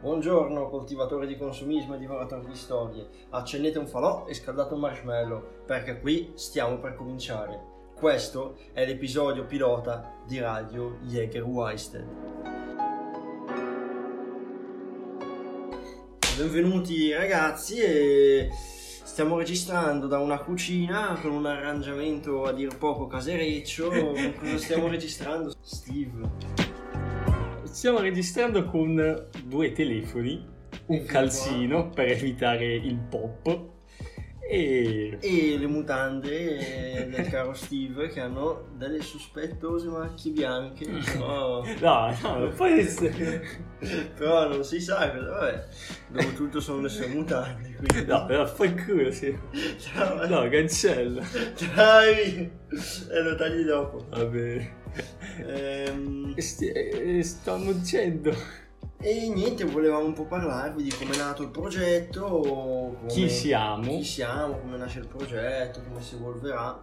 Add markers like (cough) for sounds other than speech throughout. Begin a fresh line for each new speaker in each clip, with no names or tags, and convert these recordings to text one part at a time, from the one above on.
Buongiorno, coltivatori di consumismo e divoratori di storie. Accendete un falò e scaldate un marshmallow, perché qui stiamo per cominciare. Questo è l'episodio pilota di Radio Jäger Weisted. Benvenuti ragazzi e stiamo registrando da una cucina con un arrangiamento a dir poco casereccio. Con Cosa stiamo registrando? Steve.
Stiamo registrando con due telefoni, un calzino per evitare il pop e...
e le mutande eh, del caro Steve che hanno delle sospettose macchie bianche però,
No, no, poi...
però non si sa cosa vabbè dopo tutto sono le sue mutande quindi
No, no, fai il culo, sì.
Ciao, eh.
No, cancella.
dai e lo tagli dopo
Va bene.
Ehm,
Sti- eh, Stanno dicendo...
e niente volevamo un po' parlarvi di come è nato il progetto come-
Chi siamo?
chi siamo, come nasce il progetto, come si evolverà.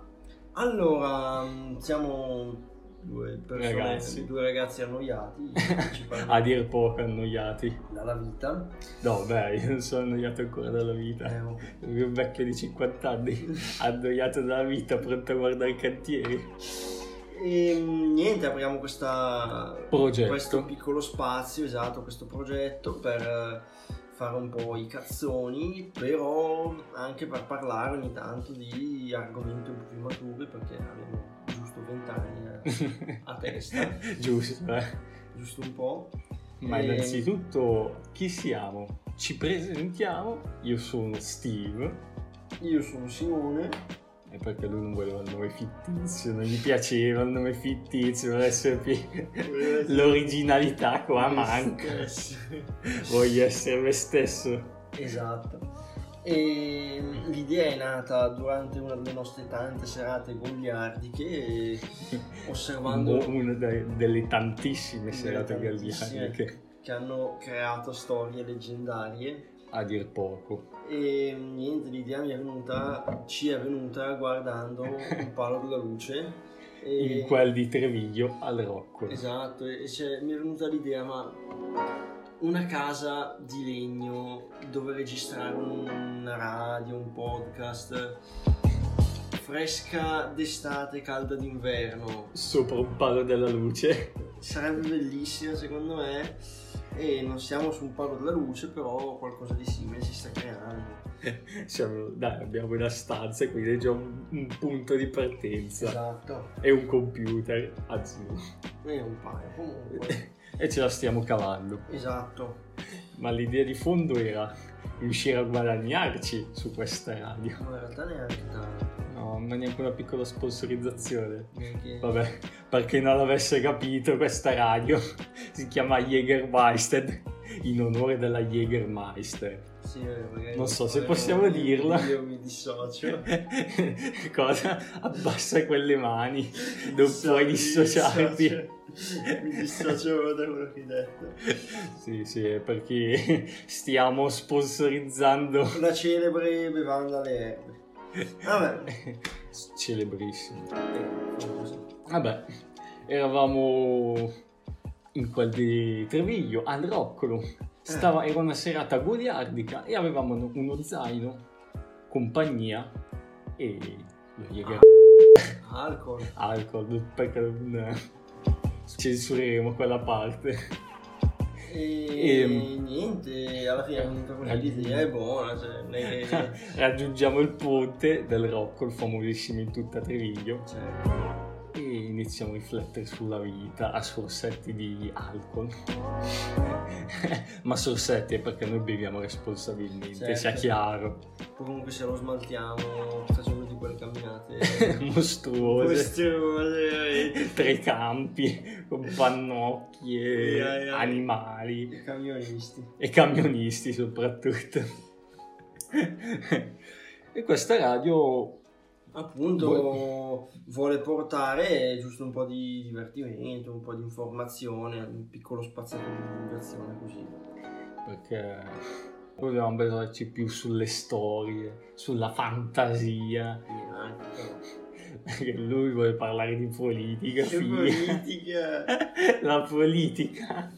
Allora, mh, siamo due persone,
Ragazzi. Ah,
due ragazzi annoiati, principalmente
A dir poco annoiati.
dalla vita.
No, beh, io non sono annoiato ancora dalla vita.
Eh, oh.
Un vecchio di 50 anni, annoiato dalla vita, pronto a guardare i cantieri.
E mh, niente, apriamo questa,
Progetto.
questo piccolo spazio, esatto, questo progetto per eh, fare un po' i cazzoni, però anche per parlare ogni tanto di argomenti un po' più maturi perché abbiamo giusto 20 anni a- a testa,
(laughs) Giusto, eh.
giusto un po'.
Ma
Eh,
innanzitutto chi siamo? Ci presentiamo, io sono Steve,
Io sono Simone.
e perché lui non voleva il nome fittizio, non gli piaceva il nome fittizio, voleva
(laughs)
essere più- (laughs) l'originalità qua manca,
(laughs)
voglio essere me stesso.
Esatto. E mm, l'idea è nata durante una delle nostre tante serate goliardiche, e osservando
Mo- Una de- delle tantissime
Delle
serate
tantissime.
galliardiche,
che hanno creato storie leggendarie.
a dir poco.
E mm, niente, l'idea mi è venuta, ci è venuta guardando un palo della luce. E...
In quel di Treviglio al Rocco.
Esatto, e cioè, mi è venuta l'idea, ma una casa di legno dove registrare una radio, un podcast, fresca d'estate, calda d'inverno,
Sopra un palo della luce. (laughs)
sarebbe bellissima secondo me e non siamo su un palo della luce, però qualcosa di simile si sta creando.
Siamo- dai, abbiamo una stanza e quindi è già un, un punto di partenza.
Esatto,
e un computer azzurro
e un paio comunque.
(laughs) e ce la stiamo cavando
Esatto,
ma l'idea di fondo era riuscire a guadagnarci su questa radio
ma in realtà neanche tanto.
no ma neanche una piccola sponsorizzazione
Neanche...
vabbè per chi non l'avesse capito questa radio (laughs) si chiama Jägermeister in onore della Jägermeister (laughs)
Sì, magari
Non so se
faremo-
possiamo dirla.
Io mi dissocio.
cosa abbassa quelle mani non
Dissocio,
puoi
mi
dissociarti
dissocio. Mi dissocio da quello che hai detto.
sì sì è perché (laughs) stiamo sponsorizzando
La celebre bevanda alle erbe. Vabbè.
(laughs) Celebrissimo. Vabbè, eravamo in quel di Treviglio, al Roccolo. Stava- era una serata goliardica e avevamo uno- uno zaino, compagnia e lo Jäger-
Alcol.
alcol, perché non censureremo quella parte.
E,
Ehm.
niente, alla fine è venuta con l'idea, è buona. Cioè, non è che-
(laughs) Raggiungiamo il ponte del Roccolo, famosissimo in tutta Treviglio.
cioè,
e iniziamo a riflettere sulla vita a sorsetti di alcol. (laughs) Ma sorsetti è perché noi beviamo responsabilmente,
Certo.
sia chiaro,
comunque se lo smaltiamo facendo di quelle camminate.
(laughs) mostruose,
Queste
tra i campi, con pannocchie,
Yeah, yeah.
animali
i camionisti.
e camionisti soprattutto. (laughs) e questa radio
appunto vuole portare giusto un po' di divertimento, un po' di informazione, un piccolo spazio di divulgazione così.
perché volevamo basarci più sulle storie, sulla fantasia,
Quindi anche
Perché (laughs) lui vuole parlare di politica,
Che
figa.
politica!
La politica.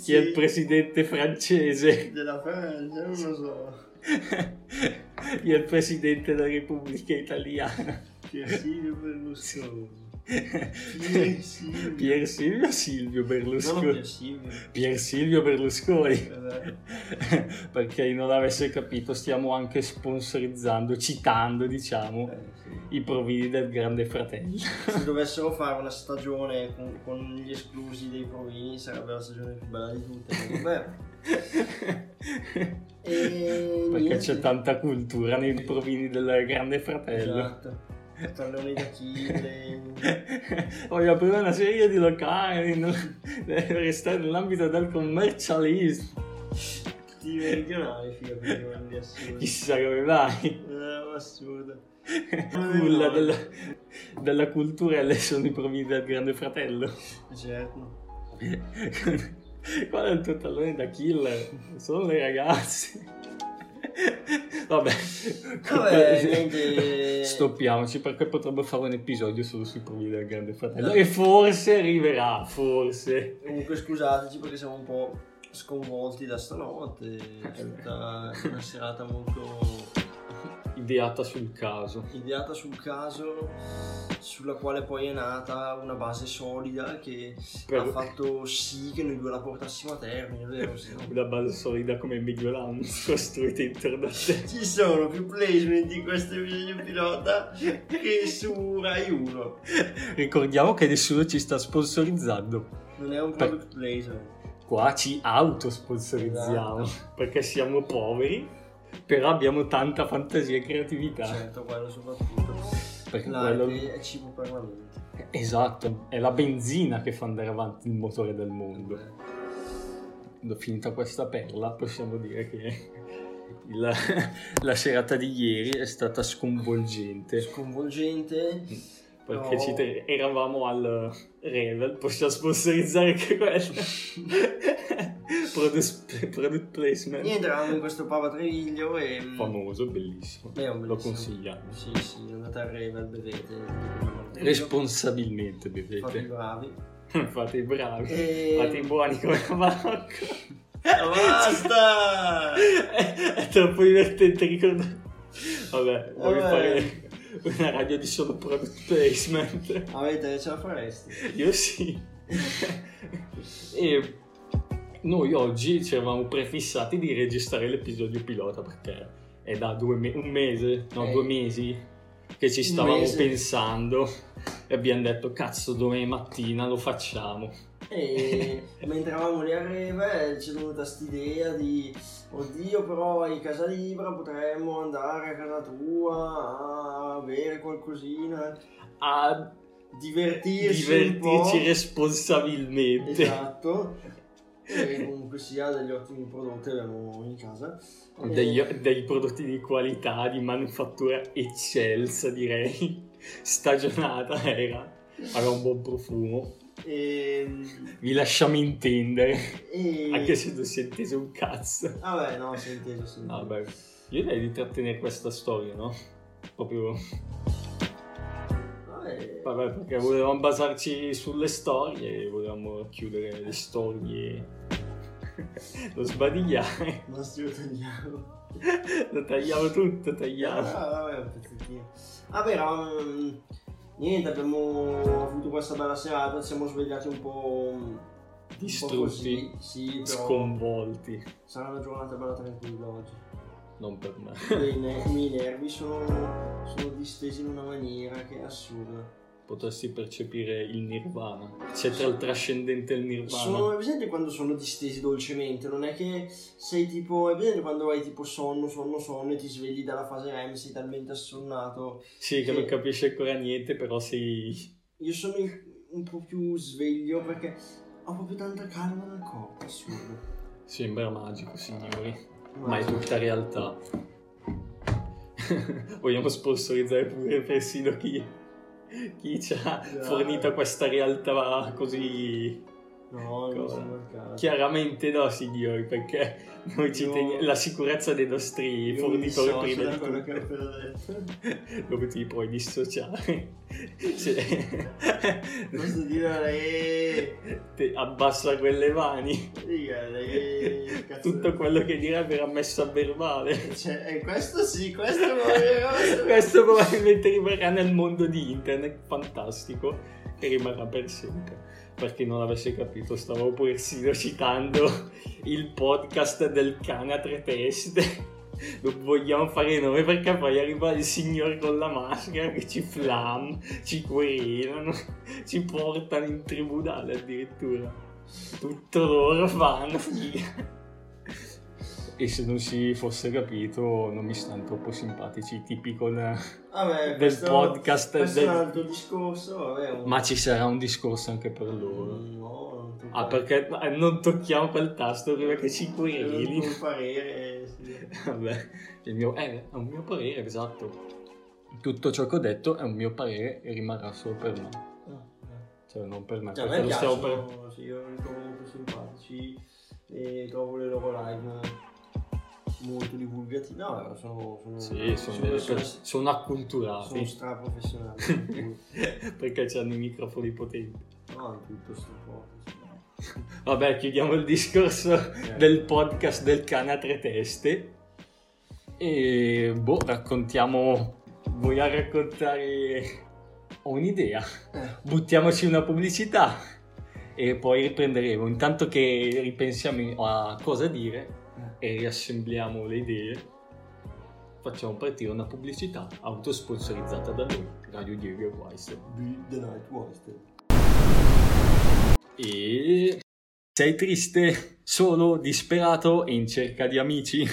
chi è il presidente francese, (laughs)
Della Francia, non lo so.
chi è il presidente della Repubblica Italiana,
Pier Silvio Berlusconi. Pier
Pier (laughs)
Silvio.
Silvio Silvio
No,
Berlusconi.
Pier Silvio.
Pier Silvio Berlusconi. (laughs)
Esatto.
Per chi non l'avesse capito, stiamo anche sponsorizzando, citando, diciamo,
Eh, sì.
i provini del Grande Fratello.
Se dovessero fare una stagione con, con gli esclusi dei provini sarebbe la stagione più bella di tutte. ma vabbè. E
Perché
niente.
c'è tanta cultura nei provini del Grande Fratello.
Esatto. Tallone d'Achille.
(laughs) Voglio aprire una serie di locali, no? restare nell'ambito del commercialismo.
Ti meridionale, figa, perché non li assurdi.
Chissà come mai.
Eh, assurdo.
Nulla della, della cultura e lei sono i provini del Grande Fratello.
Certo.
(laughs) Qual è il tuo tallone da killer? Sono le ragazze. (laughs) Vabbè,
Vabbè, niente.
(laughs) stoppiamoci perché potrebbe fare un episodio solo sui problemi del Grande Fratello. E forse arriverà, forse.
Comunque scusateci perché siamo un po' sconvolti da stanotte. È stata una serata molto
Ideata sul caso.
ideata sul caso sulla quale poi è nata una base solida che ha
Per
fatto sì che noi due la portassimo a termine, vero? Se
(laughs)
no-
una base solida come Mediolanus (laughs) costruita intorno a te.
Ci sono più placement di questo episodio pilota che su Rai 1.
Ricordiamo che nessuno ci sta sponsorizzando.
Non è un product placement.
Qua ci autosponsorizziamo
Esatto,
perché siamo poveri, però abbiamo tanta fantasia e creatività.
Certo, quello soprattutto.
Perché
L'arte
quello-
è cibo per la mente.
Esatto, è la benzina che fa andare avanti il motore del mondo. Finita questa perla, possiamo dire che (laughs) il- la serata di ieri è stata sconvolgente.
Eh, Sconvolgente.
Perché
No.
ci te- eravamo al Revel, possiamo sponsorizzare
(laughs)
anche quella. product, product placement.
Rientriamo in questo Papa Treviglio e...
Famoso, bellissimo.
Beh, è un
Lo
bellissimo-
consigliamo.
Sì, sì, andate a Revel, bevete.
Responsabilmente,
Fate i
bevete. (laughs)
bravi.
Fate i bravi.
E-
Fate i
(laughs)
buoni come Marco.
Eh, Basta!
(laughs) è, è troppo divertente ricordare. Vabbè,
Vabbè.
voglio fare una radio di solo product placement.
Avete, ce la faresti?
Io sì. e noi oggi ci eravamo prefissati di registrare l'episodio pilota perché è da due me- un mese, no,
Eh.
due mesi che ci
Un
stavamo
mese.
pensando e abbiamo detto cazzo domani mattina lo facciamo.
E (laughs) mentre eravamo lì a Reve ci è venuta st'idea di oddio però hai casa libera potremmo andare a casa tua a bere qualcosina
A
divertirsi un po'.
divertirci responsabilmente.
esatto e comunque sia degli ottimi prodotti abbiamo in casa E-
Degli- dei prodotti di qualità, di manifattura eccelsa, direi. Stagionata era, aveva un buon profumo.
e,
Vi lasciamo intendere,
Ehm, e-
anche se non si è inteso un cazzo.
vabbè no si è inteso si è inteso.
Vabbè, io direi di trattenere questa storia, no? Proprio,
Vabbè.
vabbè, perché volevamo basarci sulle storie, volevamo chiudere le storie. (laughs) Lo sbadigliare,
non si tagliamo
lo tagliamo tutto,
Ah,
tagliamo.
vabbè, un pezzettino. Vabbè, eravamo, mm, niente, abbiamo avuto questa bella serata, ci siamo svegliati un po'... mm, un po'
Distrutti.
così, sì, però
Sconvolti,
sarà una giornata bella tranquilla oggi.
non per me.
I, ne- i miei nervi sono, sono distesi in una maniera che è assurda.
potresti percepire il nirvana. C'è tra il trascendente e il nirvana.
Sono è presente quando sono distesi dolcemente, non è che sei tipo... È presente quando hai tipo sonno, sonno, sonno e ti svegli dalla fase REM, sei talmente assonnato
Sì, che non
Sì.
capisci ancora niente, però sei...
Io sono in- un po' più sveglio perché ho proprio tanta calma nel corpo, assurdo.
sembra magico, signori.
Ma-
Ma è tutta realtà. (laughs) Vogliamo sponsorizzare pure persino chi, chi ci ha
Già.
fornito questa realtà così
No, non
Cosa?
sono al caso.
Chiaramente no, signori, perché noi ci
Io-
teniamo la sicurezza dei nostri
Io mi dissocio da
fornitori prima di
quello
tutto.
che ho appena detto.
(laughs) Dove ti puoi dissociare? (laughs) Cioè, Se-
Posso dire re,
(laughs) Te- abbassa quelle mani.
Dica,
(laughs)
re, cazzo.
Tutto quello che dirà verrà messo a
(laughs)
verbale.
Cioè, eh, questo sì, questo è
(laughs)
vero.
Questo probabilmente rimarrà nel mondo di internet, fantastico, e rimarrà per sempre. Per chi non l'avesse capito, stavo persino citando (laughs) il podcast del cane a tre teste. Non (laughs) vogliamo fare nome perché poi arriva il signore con la maschera che ci flam, ci querelano, (laughs) ci portano in tribunale addirittura. Tutto loro fanno, figa. E se non si fosse capito, non mi stanno troppo simpatici i tipi con eh,
Vabbè,
del
questo,
podcast
questo
del-
è un altro discorso, vabbè. un-
Ma ci sarà un discorso anche per loro.
No, non ti
Ah,
pare.
perché eh, non tocchiamo quel tasto prima che ci quereli?
Un parere, eh,
(laughs)
sì.
Vabbè, il mio- eh, è un mio parere, esatto. Tutto ciò che ho detto è un mio parere e rimarrà solo per me.
Ah,
Cioè, non per me,
Cioè, a
perché
me
lo stiamo per...
piacciono, sì, io li trovo molto simpatici e trovo le loro live molto divulgative. No, sono, sono,
Sì, sono, delle
persone-
pers- sono
sono
acculturati.
straprofessionali.
(laughs) perché hanno i microfoni potenti.
no, è tutto straforte. sì.
Vabbè, chiudiamo il discorso del podcast del cane a tre teste. E boh, raccontiamo. Vogliamo raccontare. Ho un'idea.
Eh.
Buttiamoci una pubblicità e poi riprenderemo. Intanto che ripensiamo a cosa dire
eh,
e riassembliamo le idee, facciamo partire una pubblicità autosponsorizzata da noi, Radio Diego e Weiss.
Be the night wasted.
E sei triste, solo, disperato e in cerca di amici?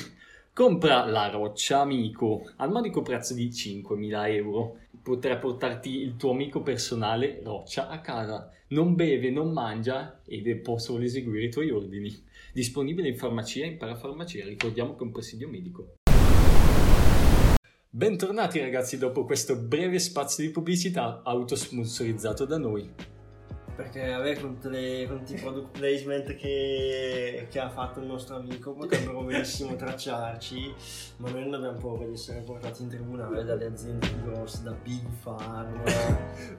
Compra la roccia amico al modico prezzo di 5.000 euro. Potrà portarti il tuo amico personale roccia a casa. Non beve, non mangia ed è- può solo eseguire i tuoi ordini. Disponibile in farmacia e in parafarmacia. Ricordiamo che è un presidio medico. Bentornati ragazzi dopo questo breve spazio di pubblicità autosponsorizzato da noi.
Perché vabbè, con, tutte le, con tutti i
(laughs)
product placement che, che ha fatto il nostro amico potrebbero benissimo tracciarci, ma noi non abbiamo paura di essere portati in tribunale dalle aziende più grosse, da Big Pharma,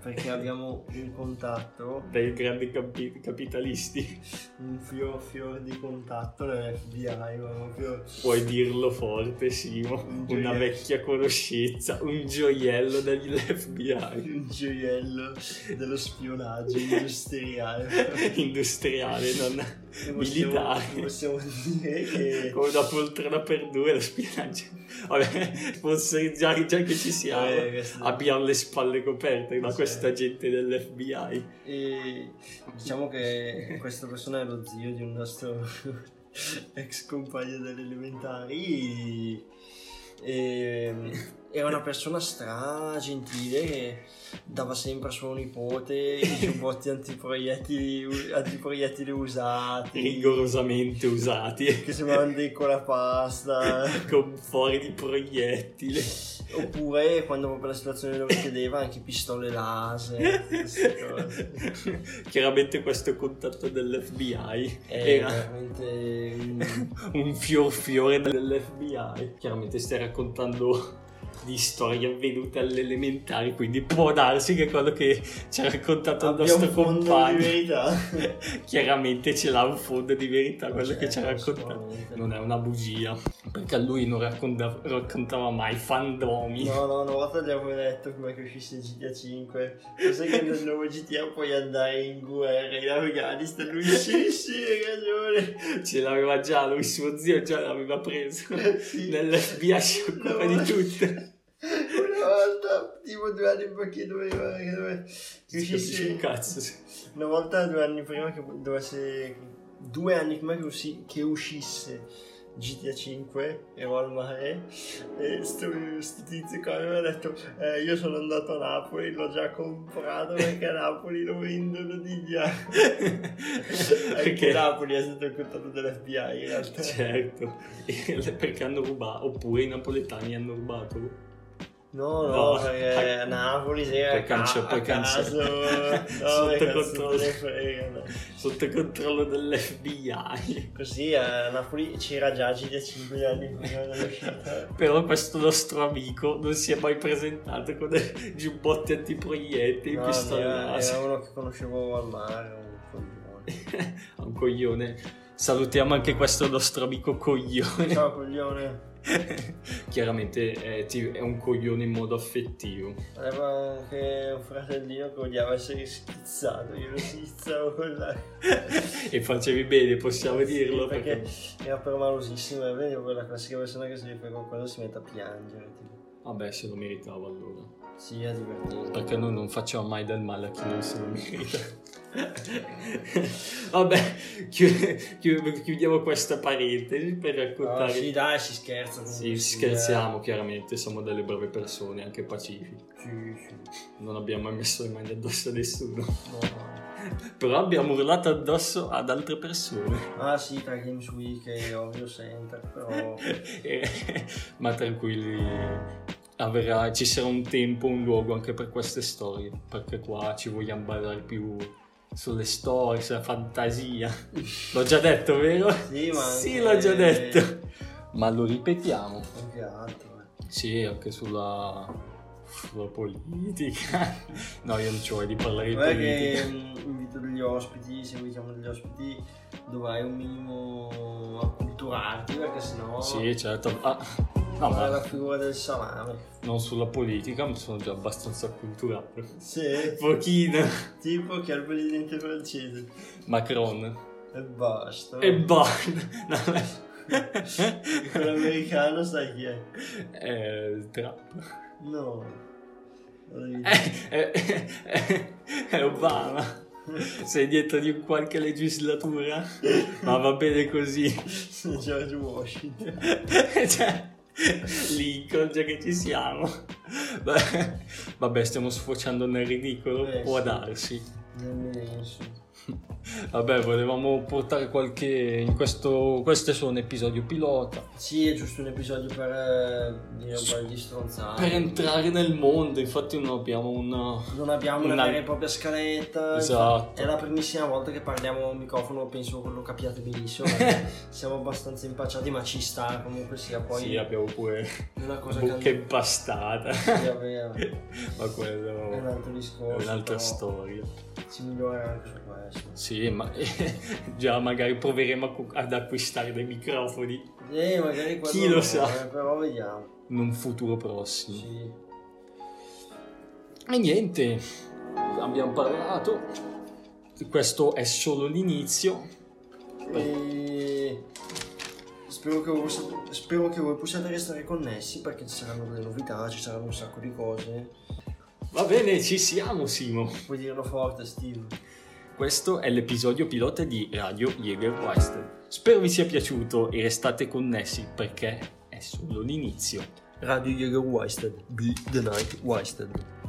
perché abbiamo un contatto,
dai grandi capi- capitalisti,
un fior, fior di contatto nell'FBI, proprio
puoi dirlo forte Simo,
Un gioiello.
una vecchia conoscenza, un
(laughs)
gioiello dell'FBI
un gioiello dello spionaggio industriale.
industriale,
(laughs)
non
E
(laughs) Militare.
Possiamo, possiamo dire che...
come una poltrona per due, lo spionaggio. Vabbè, forse già, già che ci siamo,
Eh, questo-
abbiamo le spalle coperte da
Sì.
questa gente dell'FBI.
E diciamo che questa persona è lo zio di un nostro (laughs) ex compagno delle elementari. E, ehm, era una persona stra gentile che dava sempre a suo nipote i giubbotti (laughs) antiproiettili, antiproiettili usati.
Rigorosamente
(laughs)
usati,
Che sembravano dei colapasta.
con fuori di proiettile.
Oppure quando proprio la situazione lo richiedeva anche pistole laser. queste cose.
Chiaramente questo contatto dell'FBI
È
era
veramente un-
un fior fiore dell'FBI. Chiaramente stai raccontando di storie avvenute all'elementare, quindi può darsi che quello che ci ha raccontato il
Abbiamo
nostro
un fondo
compagno
di verità.
(laughs) chiaramente ce l'ha un fondo di verità quello
Cioè,
che ci ha raccontato.
assolutamente.
Non è una bugia, perché a lui non racconta- raccontava mai fandomi.
No, no, una volta gli avevo detto come che uscisse GTA 5. Cos'è che nel nuovo GTA puoi andare in guerra in Afghanistan? Lui sì, sì, hai
Ce l'aveva già, lui suo zio già l'aveva preso.
ragione. (laughs) Sì.
Nell'FBI si occupa
Una
di
volta-
tutto.
Una volta, tipo due anni prima che doveva... Che dove... che
Si capisce un
uscisse...
cazzo.
(laughs) Una volta, due anni prima che dovesse... Due anni prima che, usci- che uscisse... GTA 5 ero al mare e sto, sto tizio qua mi aveva detto "Eh, io sono andato a Napoli l'ho già comprato perché a Napoli lo vendono di
(laughs)
già anche
Perché Cioè,
Napoli è stato il contatto dell'FBI in realtà
(laughs) Certo, perché hanno rubato, oppure i napoletani hanno rubato.
No, no,
No.
perché a Napoli si era
Poi cance-
a
poi cance-
caso, no,
(laughs) Sotto
perché
controllo.
se ne frega, no.
Sotto controllo dell'FBI.
Così a Napoli c'era già Giulia 5 anni prima dell'uscita.
Però questo nostro amico non si è mai presentato con (laughs) dei giubbotti antiproiettili,
No,
pistole
era, era
laser.
uno che conoscevo al mare, un coglione.
(laughs) Ah, un coglione. Salutiamo anche questo nostro amico coglione. (laughs)
Ciao coglione,
Chiaramente eh, ti- è un coglione in
(laughs)
modo affettivo.
aveva anche un fratellino che odiava essere schizzato, io lo schizzavo con la...
e facevi bene, possiamo
Sì,
dirlo.
perché,
Perché...
era permalosissimo, e vedi quella classica persona che si fa con quello si mette a piangere, tipo.
Vabbè, se lo meritavo allora.
Sì, è divertente.
Perché noi non facciamo mai del male a chi non se lo merita. (laughs) Vabbè, chi- chi- chiudiamo questa parentesi per
No,
raccontare.
Ah, sì, eh. dai, si scherza. comunque,
Sì, scherziamo chiaramente, siamo delle brave persone, anche pacifiche.
eh. Sì, sì.
Non abbiamo mai messo le mani addosso a nessuno. (laughs)
No, no.
Però abbiamo urlato addosso ad altre persone.
Ah sì, tra Games Week e Ovvio Center,
(laughs)
però...
E- Ma tranquilli, avrà- ci sarà un tempo, un luogo anche per queste storie. Perché qua ci vogliamo ballare più sulle storie, sulla fantasia.
(laughs)
L'ho già detto, vero?
Sì, ma
Sì,
anche-
l'ho già detto. Ma lo ripetiamo.
Anche altro, eh.
Sì, anche sulla, sulla politica. (laughs) No, io non ci voglio di parlare di
Non è che
politica.
mm, invito degli ospiti, se invitiamo degli ospiti dovrai un minimo acculturarti perché sennò
Sì, certo. Ah, no,
fai la
ma
figura del salame.
non sulla politica, ma sono già abbastanza acculturato.
Sì,
Pochino.
tipo che è il presidente francese.
Macron.
E basta. (laughs)
E Biden. No,
Quell'americano sai chi è?
eh, Trump.
No. Lo devi dire.
Eh, eh, eh, eh, Obama. Sei dietro di un qualche legislatura, ma va bene così.
(laughs) George Washington.
cioè, Lincoln, già che ci siamo. Beh, Vabbè, stiamo sfociando nel ridicolo,
Eh,
può
sì.
darsi.
Non mi penso.
Vabbè, volevamo portare qualche... in questo... questo è solo un episodio pilota.
Sì, è giusto un episodio per eh, dire un paio di stronzate.
Per entrare nel mondo, infatti non abbiamo una...
Non abbiamo una,
Una-
vera e propria scaletta.
Esatto.
È la primissima volta che parliamo a un microfono, penso lo capiate benissimo. perché
(laughs)
siamo abbastanza impacciati, ma ci sta comunque sia poi
Sì, abbiamo pure
una cosa che (laughs)
bocca impastata,
sì, vabbè,
ma quello
è un
è
altro discorso.
un'altra
però
storia.
Si migliora anche su questo.
Sì, ma (laughs) già magari proveremo a cu- ad acquistare dei microfoni
Eh, magari quello
Chi lo
no,
sa?
eh, Però vediamo.
in un futuro prossimo.
Sì.
E niente, abbiamo parlato. Questo è solo l'inizio.
E... Spero che, voi, spero che voi possiate restare connessi perché ci saranno delle novità, ci saranno un sacco di cose.
Va bene, ci siamo, Simo.
Puoi dirlo forte, Steve.
Questo è l'episodio pilota di Radio Jäger Western. Spero vi sia piaciuto e restate connessi perché è solo l'inizio.
Radio Jäger Wasted. Be the night wasted.